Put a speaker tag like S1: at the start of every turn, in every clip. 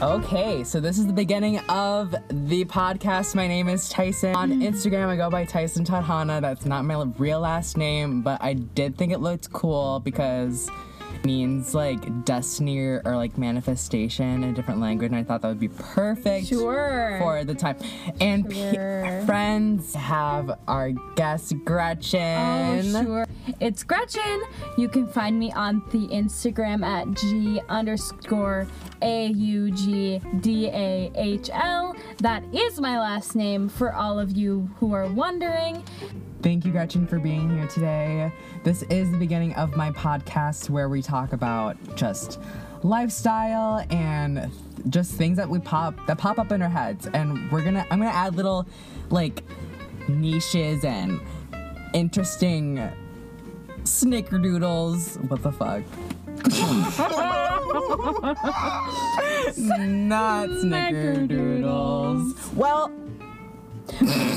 S1: Okay, so this is the beginning of the podcast. My name is Tyson. On Instagram, I go by Tyson Tadhana. That's not my real last name, but I did think it looked cool because it means like destiny or like manifestation in a different language, and I thought that would be perfect
S2: Sure.
S1: for the time. And pe-
S2: Sure.
S1: friends have our guest, Gretchen.
S2: Oh, sure. It's Gretchen. You can find me on the Instagram at G underscore A U G D A H L. That is my last name for all of you who are wondering.
S1: Thank you, Gretchen, for being here today. This is the beginning of my podcast where we talk about just lifestyle and just things that we pop that pop up in our heads. And we're gonna I'm gonna add little like niches and interesting snickerdoodles. What the fuck? Not snickerdoodles. Well,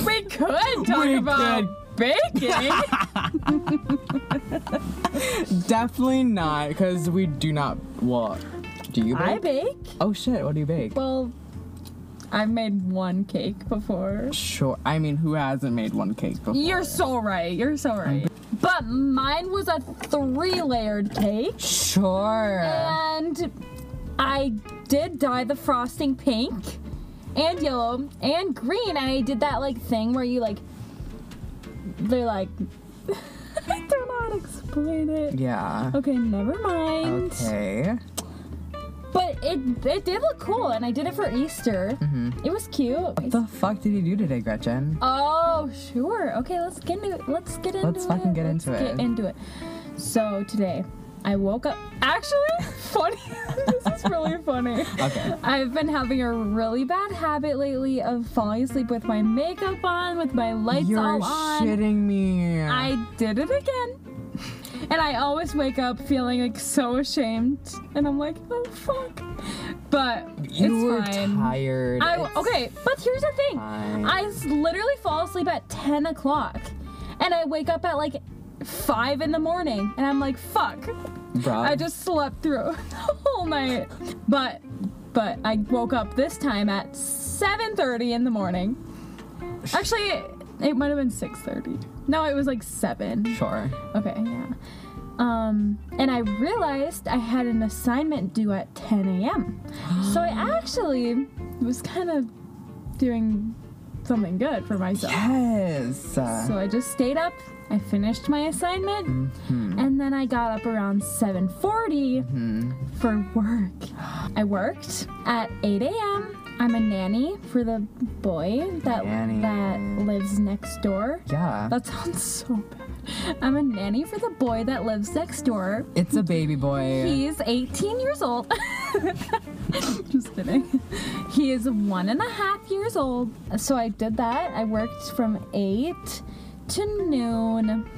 S2: We could talk
S1: We
S2: about baking.
S1: Definitely not, because we do not. Well, do you bake?
S2: I bake.
S1: oh shit! What do you bake?
S2: Well, I've made one cake before.
S1: sure. I mean, who hasn't made one cake before?
S2: You're so right. You're so right. But mine was a three layered cake.
S1: sure.
S2: And I did dye the frosting pink and yellow and green. I did that like thing where you like they're like I don't know how to explain it.
S1: yeah.
S2: Okay, never mind.
S1: Okay.
S2: But it it did look cool and I did it for Easter. It was cute.
S1: What the fuck did you do today, Gretchen?
S2: Oh, sure. Okay, let's get into it. Let's get into
S1: Let's
S2: it.
S1: fucking get into
S2: Let's
S1: it.
S2: Get into it. So today, I woke up. Actually, funny. this is really funny.
S1: Okay.
S2: I've been having a really bad habit lately of falling asleep with my makeup on, with my lights
S1: You're
S2: all on.
S1: shitting me.
S2: I did it again. And I always wake up feeling like so ashamed, and I'm like, oh fuck. But it's
S1: you were
S2: fine.
S1: tired.
S2: I,
S1: It's-
S2: okay, but here's the thing.
S1: fine.
S2: I s- literally fall asleep at 10 o'clock and I wake up at like 5 in the morning and I'm like, fuck.
S1: bruh.
S2: I just slept through the whole night. But but I woke up this time at 7:30 in the morning. Actually, it, it might have been 6:30. No, it was like 7.
S1: Sure.
S2: Okay, yeah. Um, and I realized I had an assignment due at 10 a.m. So I actually was kind of doing something good for myself.
S1: Yes. Uh,
S2: So I just stayed up. I finished my assignment, and then I got up around 7:40 for work. I worked at 8 a.m. I'm a nanny for the boy that
S1: Nanny.
S2: that lives next door.
S1: yeah.
S2: That sounds so bad. I'm a nanny for the boy that lives next door.
S1: It's a baby boy.
S2: He's 18 years old. Just kidding. He is one and a half years old. So I did that. I worked from 8 to noon.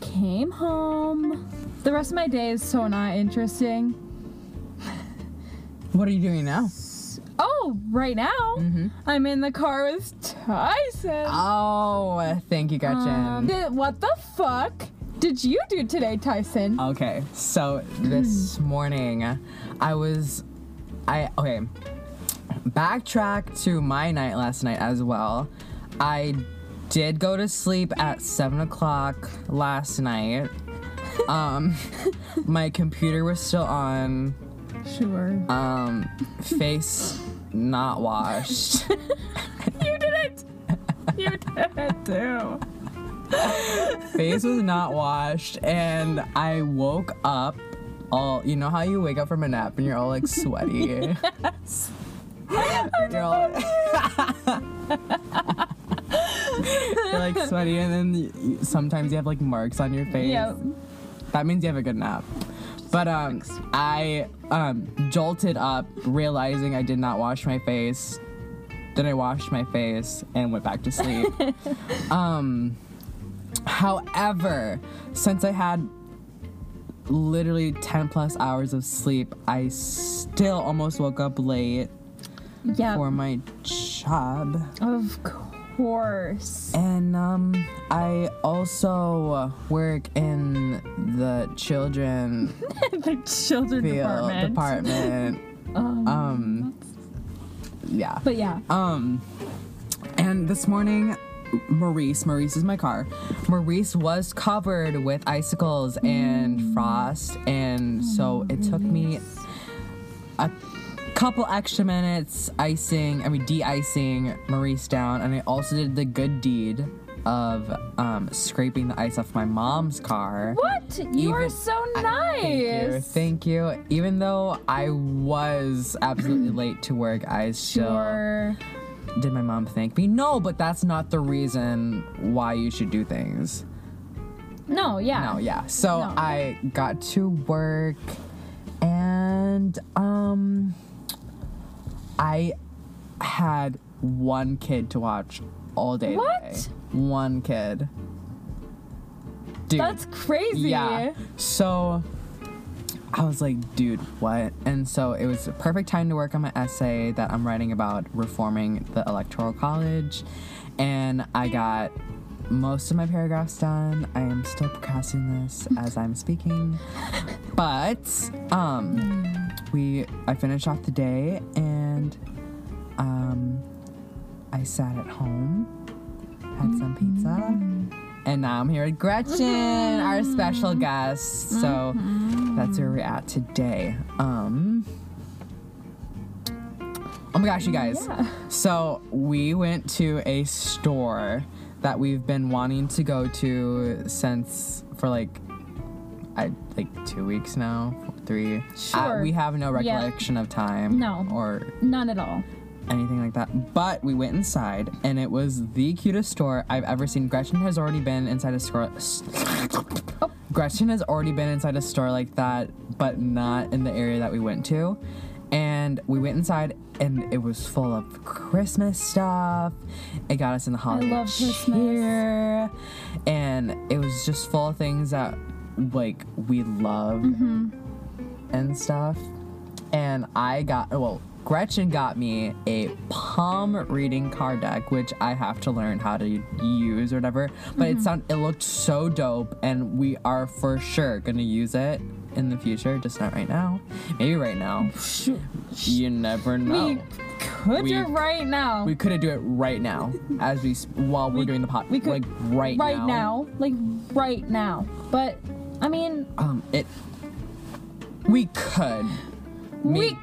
S2: Came home. The rest of my day is so not interesting.
S1: what are you doing now?
S2: Oh, right now, I'm in the car with Tyson.
S1: Oh, thank you, Gretchen.
S2: Um, th- what the fuck did you do today, Tyson?
S1: Okay, so this morning I was. I. Okay. Backtrack to my night last night as well. I did go to sleep at 7 o'clock last night. Um, my computer was still on,
S2: sure.
S1: um, face not washed.
S2: you did it. You did it too.
S1: face was not washed and I woke up all you know how you wake up from a nap and you're all like sweaty. you're all You're like sweaty and then you, sometimes you have like marks on your face.
S2: Yep.
S1: That means you have a good nap. But um I um jolted up realizing I did not wash my face. Then I washed my face and went back to sleep. Um, However, since I had literally 10 plus hours of sleep, I still almost woke up late
S2: Yeah.
S1: for my job.
S2: Of course.
S1: And um I also work in the children
S2: the children
S1: field uh,
S2: department.
S1: department.
S2: Um,
S1: Um,
S2: that's-
S1: Yeah.
S2: but yeah,
S1: Um, and this morning, Maurice, Maurice is my car. Maurice was covered with icicles
S2: Mm.
S1: and frost,
S2: Oh,
S1: and so it took me a couple extra minutes icing, I mean, de icing Maurice down. And I also did the good deed of um, scraping the ice off my mom's car.
S2: what? You are
S1: Even-
S2: so nice.
S1: Thank you. Thank you. Even though I was absolutely late to work, I still
S2: Mm. Sure.
S1: did my mom thank me? No, but that's not the reason why you should do things.
S2: No, yeah.
S1: No, yeah. So
S2: No.
S1: I got to work and um I had one kid to watch all day.
S2: What?
S1: today. One kid. Dude.
S2: That's crazy.
S1: Yeah. So I was like, dude, what? And so it was the perfect time to work on my essay that I'm writing about reforming the Electoral College. And I got most of my paragraphs done. I am still procrastinating this as I'm speaking. But um we I finished off the day and um I sat at home, had some pizza,
S2: Mm-hmm.
S1: and now I'm here with Gretchen, our special guest. So
S2: Mm-hmm.
S1: that's where we're at today. Um Oh my gosh, you guys.
S2: Yeah.
S1: So we went to a store that we've been wanting to go to since for like I like two weeks now, three. Uh,
S2: Sure.
S1: we have no
S2: Yeah.
S1: recollection of time.
S2: No.
S1: Or
S2: None at all.
S1: anything like that. But we went inside, and it was the cutest store I've ever seen. Gretchen has already been inside a store. s- oh, Gretchen has already been inside a store like that, but not in the area that we went to. And we went inside, and it was full of Christmas stuff. It got us in the holiday
S2: love Christmas.
S1: cheer, and it was just full of things that like we love
S2: Mm-hmm.
S1: and stuff. And I got, well, Gretchen got me a palm reading card deck, which I have to learn how to use or whatever. But
S2: Mm-hmm.
S1: it sound it looked so dope, and we are for sure gonna use it in the future, just not right now. Maybe right now. You never know.
S2: We could
S1: Oh. We-
S2: do it right now.
S1: We couldn't do it right now, as we s- while we, are doing the pot.
S2: we could-
S1: like right,
S2: right now. Like right now. But I mean,
S1: Um, it. We could. May-
S2: we.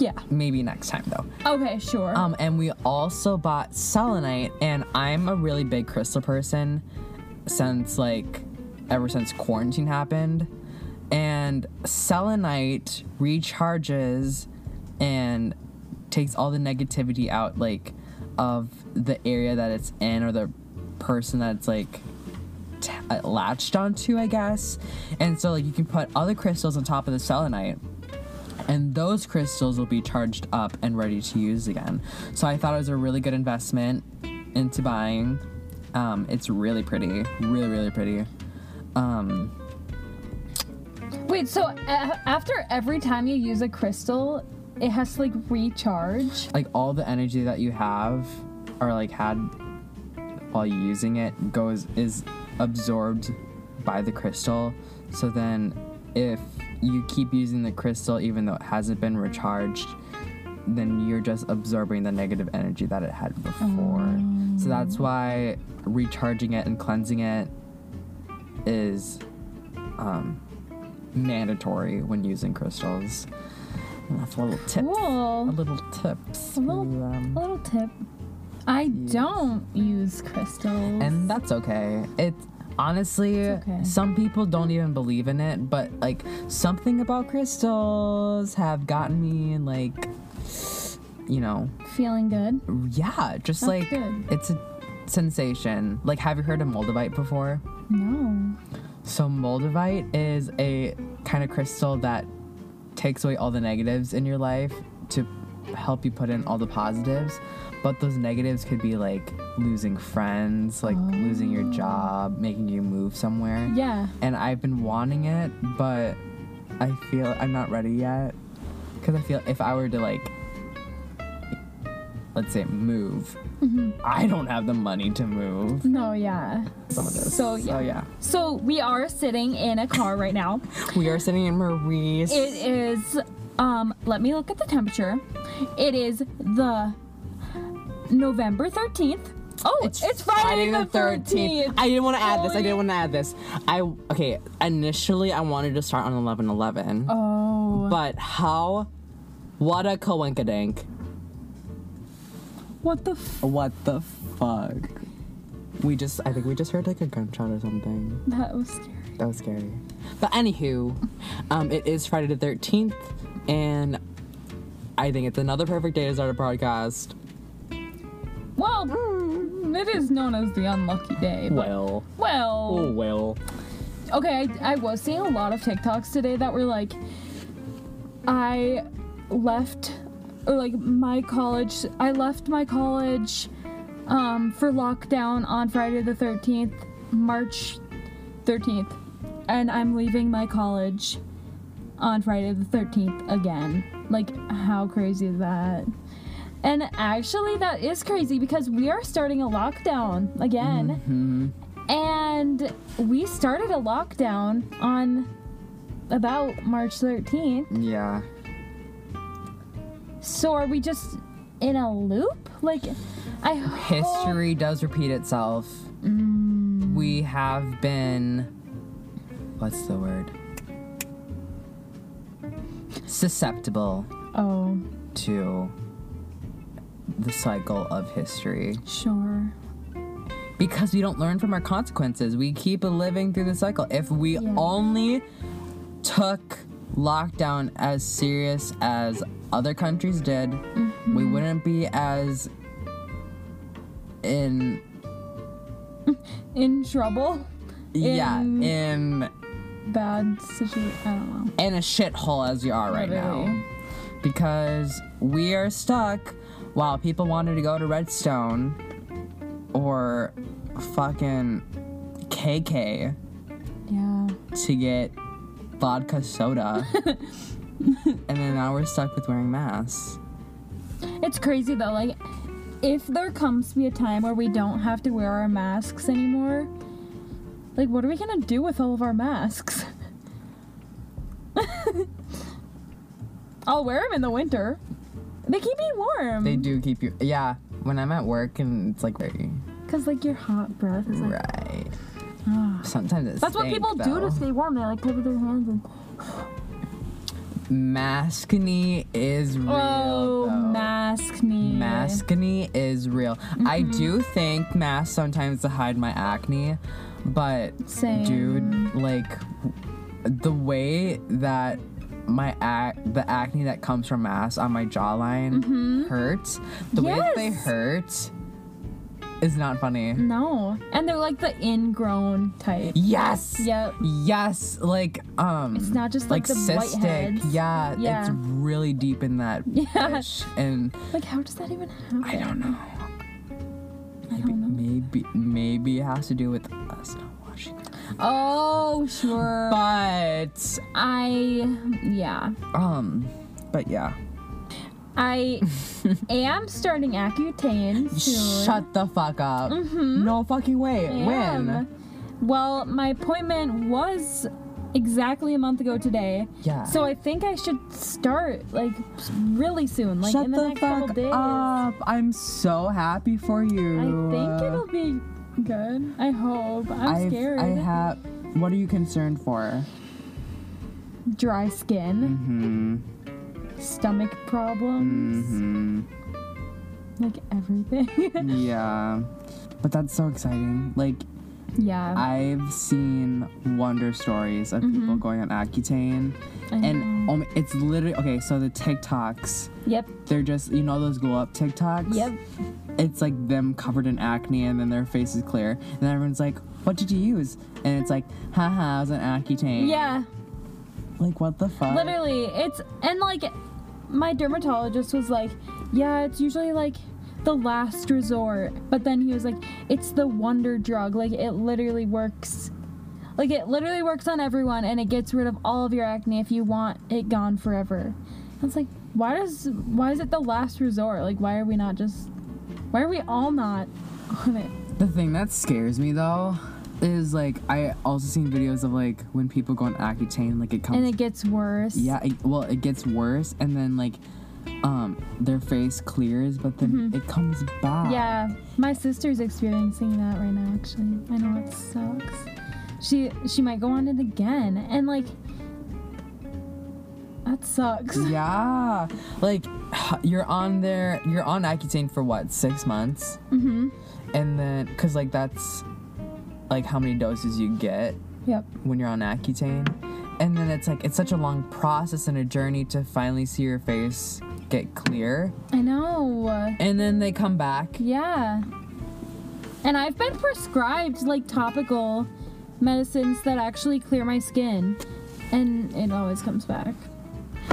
S2: Yeah.
S1: maybe next time though.
S2: Okay. Sure.
S1: Um, and we also bought selenite, and I'm a really big crystal person since like ever since quarantine happened. And selenite recharges and takes all the negativity out like of the area that it's in or the person that's like t- uh, latched onto, I guess. And so like you can put other crystals on top of the selenite and those crystals will be charged up and ready to use again. So I thought it was a really good investment into buying. Um, it's really pretty, really really pretty. Um,
S2: Wait. So uh, after every time you use a crystal, it has to like recharge.
S1: like all the energy that you have or like had while using it goes is absorbed by the crystal. So then if you keep using the crystal even though it hasn't been recharged, then you're just absorbing the negative energy that it had before. So
S2: Mm.
S1: that's why recharging it and cleansing it is um, mandatory when using crystals. And that's a little tip.
S2: Cool.
S1: A little tips.
S2: A little,
S1: for, um,
S2: a little tip. I don't use crystals.
S1: and that's okay. It's honestly,
S2: okay.
S1: some people don't even believe in it, but like something about crystals have gotten me like, you know,
S2: feeling good.
S1: yeah, just like
S2: good.
S1: it's a sensation. Like, have you heard of moldavite before?
S2: No.
S1: So moldavite is a kind of crystal that takes away all the negatives in your life to help you put in all the positives. But those negatives could be like losing friends, like losing your job, making you move somewhere.
S2: Oh. Yeah.
S1: And I've been wanting it, but I feel I'm not ready yet. Cause I feel if I were to like let's say move,
S2: Mm-hmm.
S1: I don't have the money to move.
S2: No, yeah.
S1: Someone does.
S2: So, yeah.
S1: So yeah.
S2: So we are sitting in a car right now.
S1: We are sitting in Marie's.
S2: It is, um, let me look at the temperature. It is the November 13th. Oh, it's, Friday, the 13th.
S1: I didn't want to add this. I
S2: Sorry.
S1: didn't want to add this. I okay. Initially, I wanted to start on eleven eleven,
S2: Oh,
S1: but how? What a coinkadink!
S2: what the f-
S1: What the fuck? We just. I think we just heard like a gunshot or something.
S2: That was scary.
S1: That was scary. But anywho, um, it is Friday the thirteenth, and I think it's another perfect day to start a podcast.
S2: Well, it is known as the unlucky day. But,
S1: Well,
S2: well,
S1: oh well.
S2: okay, I, I was seeing a lot of TikToks today that were like, I left, or like my college, I left my college um, for lockdown on Friday the 13th, March 13th, and I'm leaving my college on Friday the 13th again. Like, how crazy is that? And actually, that is crazy because we are starting a lockdown again. And we started a lockdown on about March 13th.
S1: Yeah.
S2: So are we just in a loop? Like, I hope-
S1: history does repeat itself. We have been. What's the word? Susceptible
S2: Oh,
S1: to the cycle of history
S2: sure.
S1: because we don't learn from our consequences. We keep living through the cycle. If we
S2: Yeah.
S1: only took lockdown as serious as other countries did, we wouldn't be as in
S2: In trouble?
S1: yeah
S2: In-
S1: in
S2: Bad situation? I don't know.
S1: in a shithole as you are right now
S2: Literally.
S1: because we are stuck while people wanted to go to redstone or fucking kk
S2: Yeah.
S1: to get vodka soda and then now we're stuck with wearing masks
S2: It's crazy though. Like, if there comes to be a time where we don't have to wear our masks anymore, like, what are we gonna do with all of our masks? I'll wear them in the winter. They keep me
S1: they
S2: warm.
S1: do keep you yeah when i'm at work and it's like very
S2: Cause like your hot breath is like.
S1: right sometimes it's
S2: That's what people do to stay warm. They like cover their hands and.
S1: maskne is real
S2: Oh,
S1: though.
S2: mask me.
S1: Maskne is real. I
S2: Mm-hmm.
S1: do think masks sometimes to hide my acne, but
S2: Same.
S1: dude, like the way that my ac- the acne that comes from masks on my jawline hurts. The way that they
S2: Mm-hmm. Yes. Mm.
S1: hurt is not funny.
S2: No, and they're like the ingrown type.
S1: Yes.
S2: Yep.
S1: Yes, like um
S2: It's not just, like, the
S1: cystic.
S2: whiteheads.
S1: Yeah,
S2: Yeah.
S1: it's really deep in that
S2: Yeah.
S1: bitch. And
S2: Like, how does that even happen?
S1: I don't know.
S2: I don't know.
S1: Maybe maybe it has to do with us not washing. our-
S2: Oh, sure.
S1: But
S2: I, yeah.
S1: um, but yeah.
S2: I am starting Accutane soon. Mm-hmm.
S1: Shut the fuck up. No fucking way.
S2: I am.
S1: When?
S2: Well, my appointment was exactly a month ago today.
S1: Yeah.
S2: So I think I should start, like, s- really soon. Like,
S1: Shut
S2: in the,
S1: the
S2: next couple
S1: fuck
S2: days.
S1: up. I'm so happy for you.
S2: I think it'll be good. I hope. I'm
S1: I've-
S2: scared.
S1: I have. What are you concerned for?
S2: Dry skin, Mm.
S1: Hmm.
S2: stomach problems,
S1: Hmm. Mm-hmm.
S2: like, everything.
S1: yeah. But that's so exciting. Like
S2: yeah.
S1: I've seen wonder stories of people going on Accutane,
S2: Mm-hmm. I
S1: and um, it's literally okay. So the TikToks,
S2: yep.
S1: they're just you know those glow up TikToks.
S2: Yep.
S1: It's like them covered in acne, and then their face is clear, and then everyone's like, "What did you use?" And it's like, "Haha, I was on Accutane."
S2: Yeah.
S1: Like what the fuck?
S2: Literally, it's and like my dermatologist was like, yeah, it's usually like the last resort, but then he was like, it's the wonder drug. Like it literally works. Like it literally works on everyone and it gets rid of all of your acne if you want it gone forever. I was like, why does why is it the last resort? Like why are we not just Why are we all not on it?
S3: The thing that scares me though is like I also seen videos of like when people go on Accutane, like it comes.
S2: And it gets worse.
S3: yeah, it, well, it gets worse, and then like, um, their face clears, but then it comes back.
S2: Mm-hmm. Yeah, my sister's experiencing that right now. Actually, I know it sucks. She she might go on it again, and like that sucks.
S3: Yeah.
S1: Like, you're on there, you're on Accutane for what, six months?
S2: Mm-hmm.
S1: And then, because, like, that's like how many doses you get
S2: Yep.
S1: when you're on Accutane. And then it's like, it's such a long process and a journey to finally see your face get clear.
S2: I know.
S1: And then they come back.
S2: Yeah. And I've been prescribed like topical medicines that actually clear my skin, and it always comes back.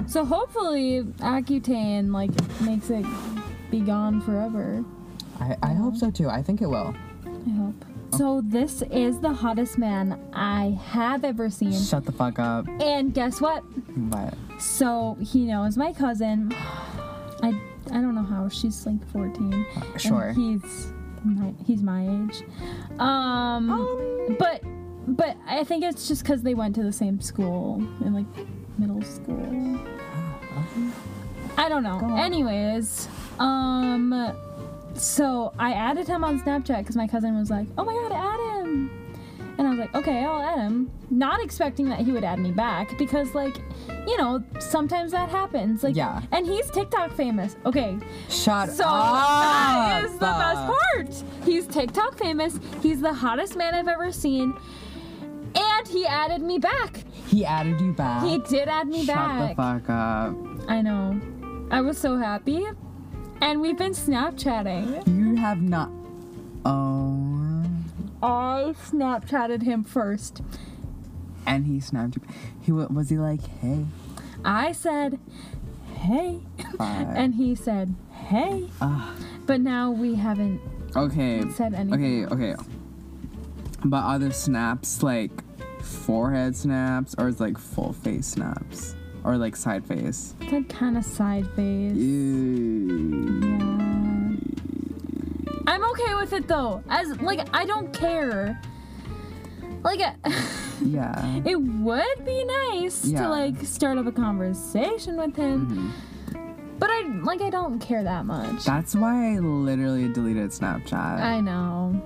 S2: So hopefully, Accutane like makes it be gone forever.
S1: I, I hope so too. I think it will.
S2: I hope. So this is the hottest man I have ever seen.
S1: Shut the fuck up.
S2: And guess what?
S1: But
S2: So he knows my cousin. I I don't know how she's like 14. and
S1: sure.
S2: he's my, he's my age. Um, but but I think it's just cuz they went to the same school in like middle school.
S1: Uh-huh.
S2: I don't know. Anyways, um so I added him on Snapchat cuz my cousin was like, "Oh my god, add him." And I was like, okay, I'll add him. Not expecting that he would add me back because, like, you know, sometimes that happens. Like,
S1: Yeah.
S2: And he's TikTok famous. Okay,
S1: shut
S2: so
S1: up.
S2: that is the best part. He's TikTok famous. He's the hottest man I've ever seen. And he added me back.
S1: He added you back.
S2: He did add me
S3: Shut
S2: back.
S3: the fuck up.
S2: I know. I was so happy. And we've been Snapchatting.
S3: You have not. Oh.
S2: I Snapchatted him first.
S3: And he snapped. you. He wa- was he like, hey,
S2: I said, hey.
S1: Uh,
S3: bye.
S2: And he said, hey.
S3: Ah.
S2: But now we haven't
S3: okay.
S2: said anything.
S3: Okay. Okay. But other snaps like forehead snaps or it's like full face snaps or like side face.
S2: It's like kind of side phase.
S3: Ew.
S2: Yeah. I'm okay with it though. As like I don't care. Like
S3: Yeah.
S2: it would be nice
S3: Yeah.
S2: to like start up a conversation with him.
S3: Mm-hmm.
S2: But I like I don't care that much.
S3: That's why I literally deleted Snapchat.
S2: I know.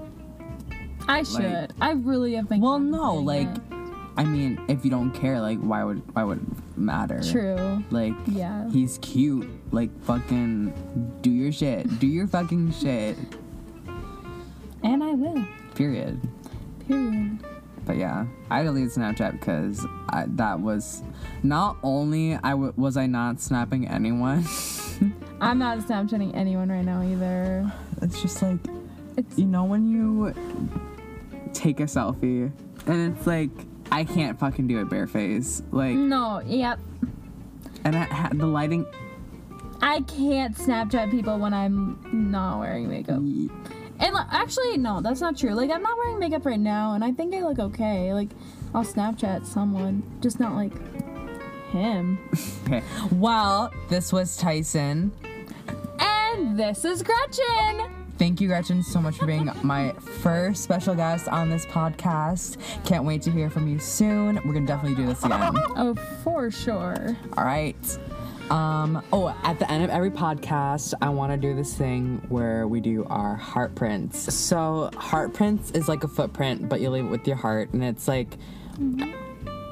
S2: I should. I really have been
S3: well, no, like,
S2: contemplating
S3: I mean, if you don't care, like, why would why would it matter?
S2: it. true.
S3: Like,
S2: Yeah.
S3: he's cute. Like, fucking, do your shit. Do your fucking shit.
S2: And I will.
S3: Period.
S2: Period.
S3: But yeah, I deleted Snapchat because I, that was not only I w- was I not snapping anyone.
S2: I'm not Snapchatting anyone right now either.
S3: it's just like,
S2: It's-
S3: you know when you take a selfie and it's like I can't fucking do it bareface. Like,
S2: No, yep.
S3: and I had the lighting.
S2: I can't Snapchat people when I'm not wearing makeup.
S3: y-
S2: And like, actually, no, that's not true. Like, I'm not wearing makeup right now, and I think I look okay. Like, I'll Snapchat someone, just not like him.
S3: Okay.
S1: Well, this was Tyson.
S2: And this is Gretchen.
S1: Thank you, Gretchen, so much for being my first special guest on this podcast. Can't wait to hear from you soon. We're gonna definitely do this again.
S2: Oh, for sure.
S1: All right. Um, oh, at the end of every podcast, I want to do this thing where we do our heart prints. So, heart prints is like a footprint, but you leave it with your heart, and it's like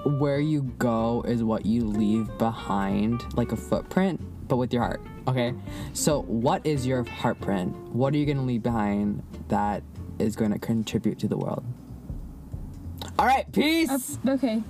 S1: where you go is what you leave behind, like a footprint, but with your heart. Okay. So, what is your heart print? What are you going to leave behind that is going to contribute to the world? All right, peace.
S2: Okay.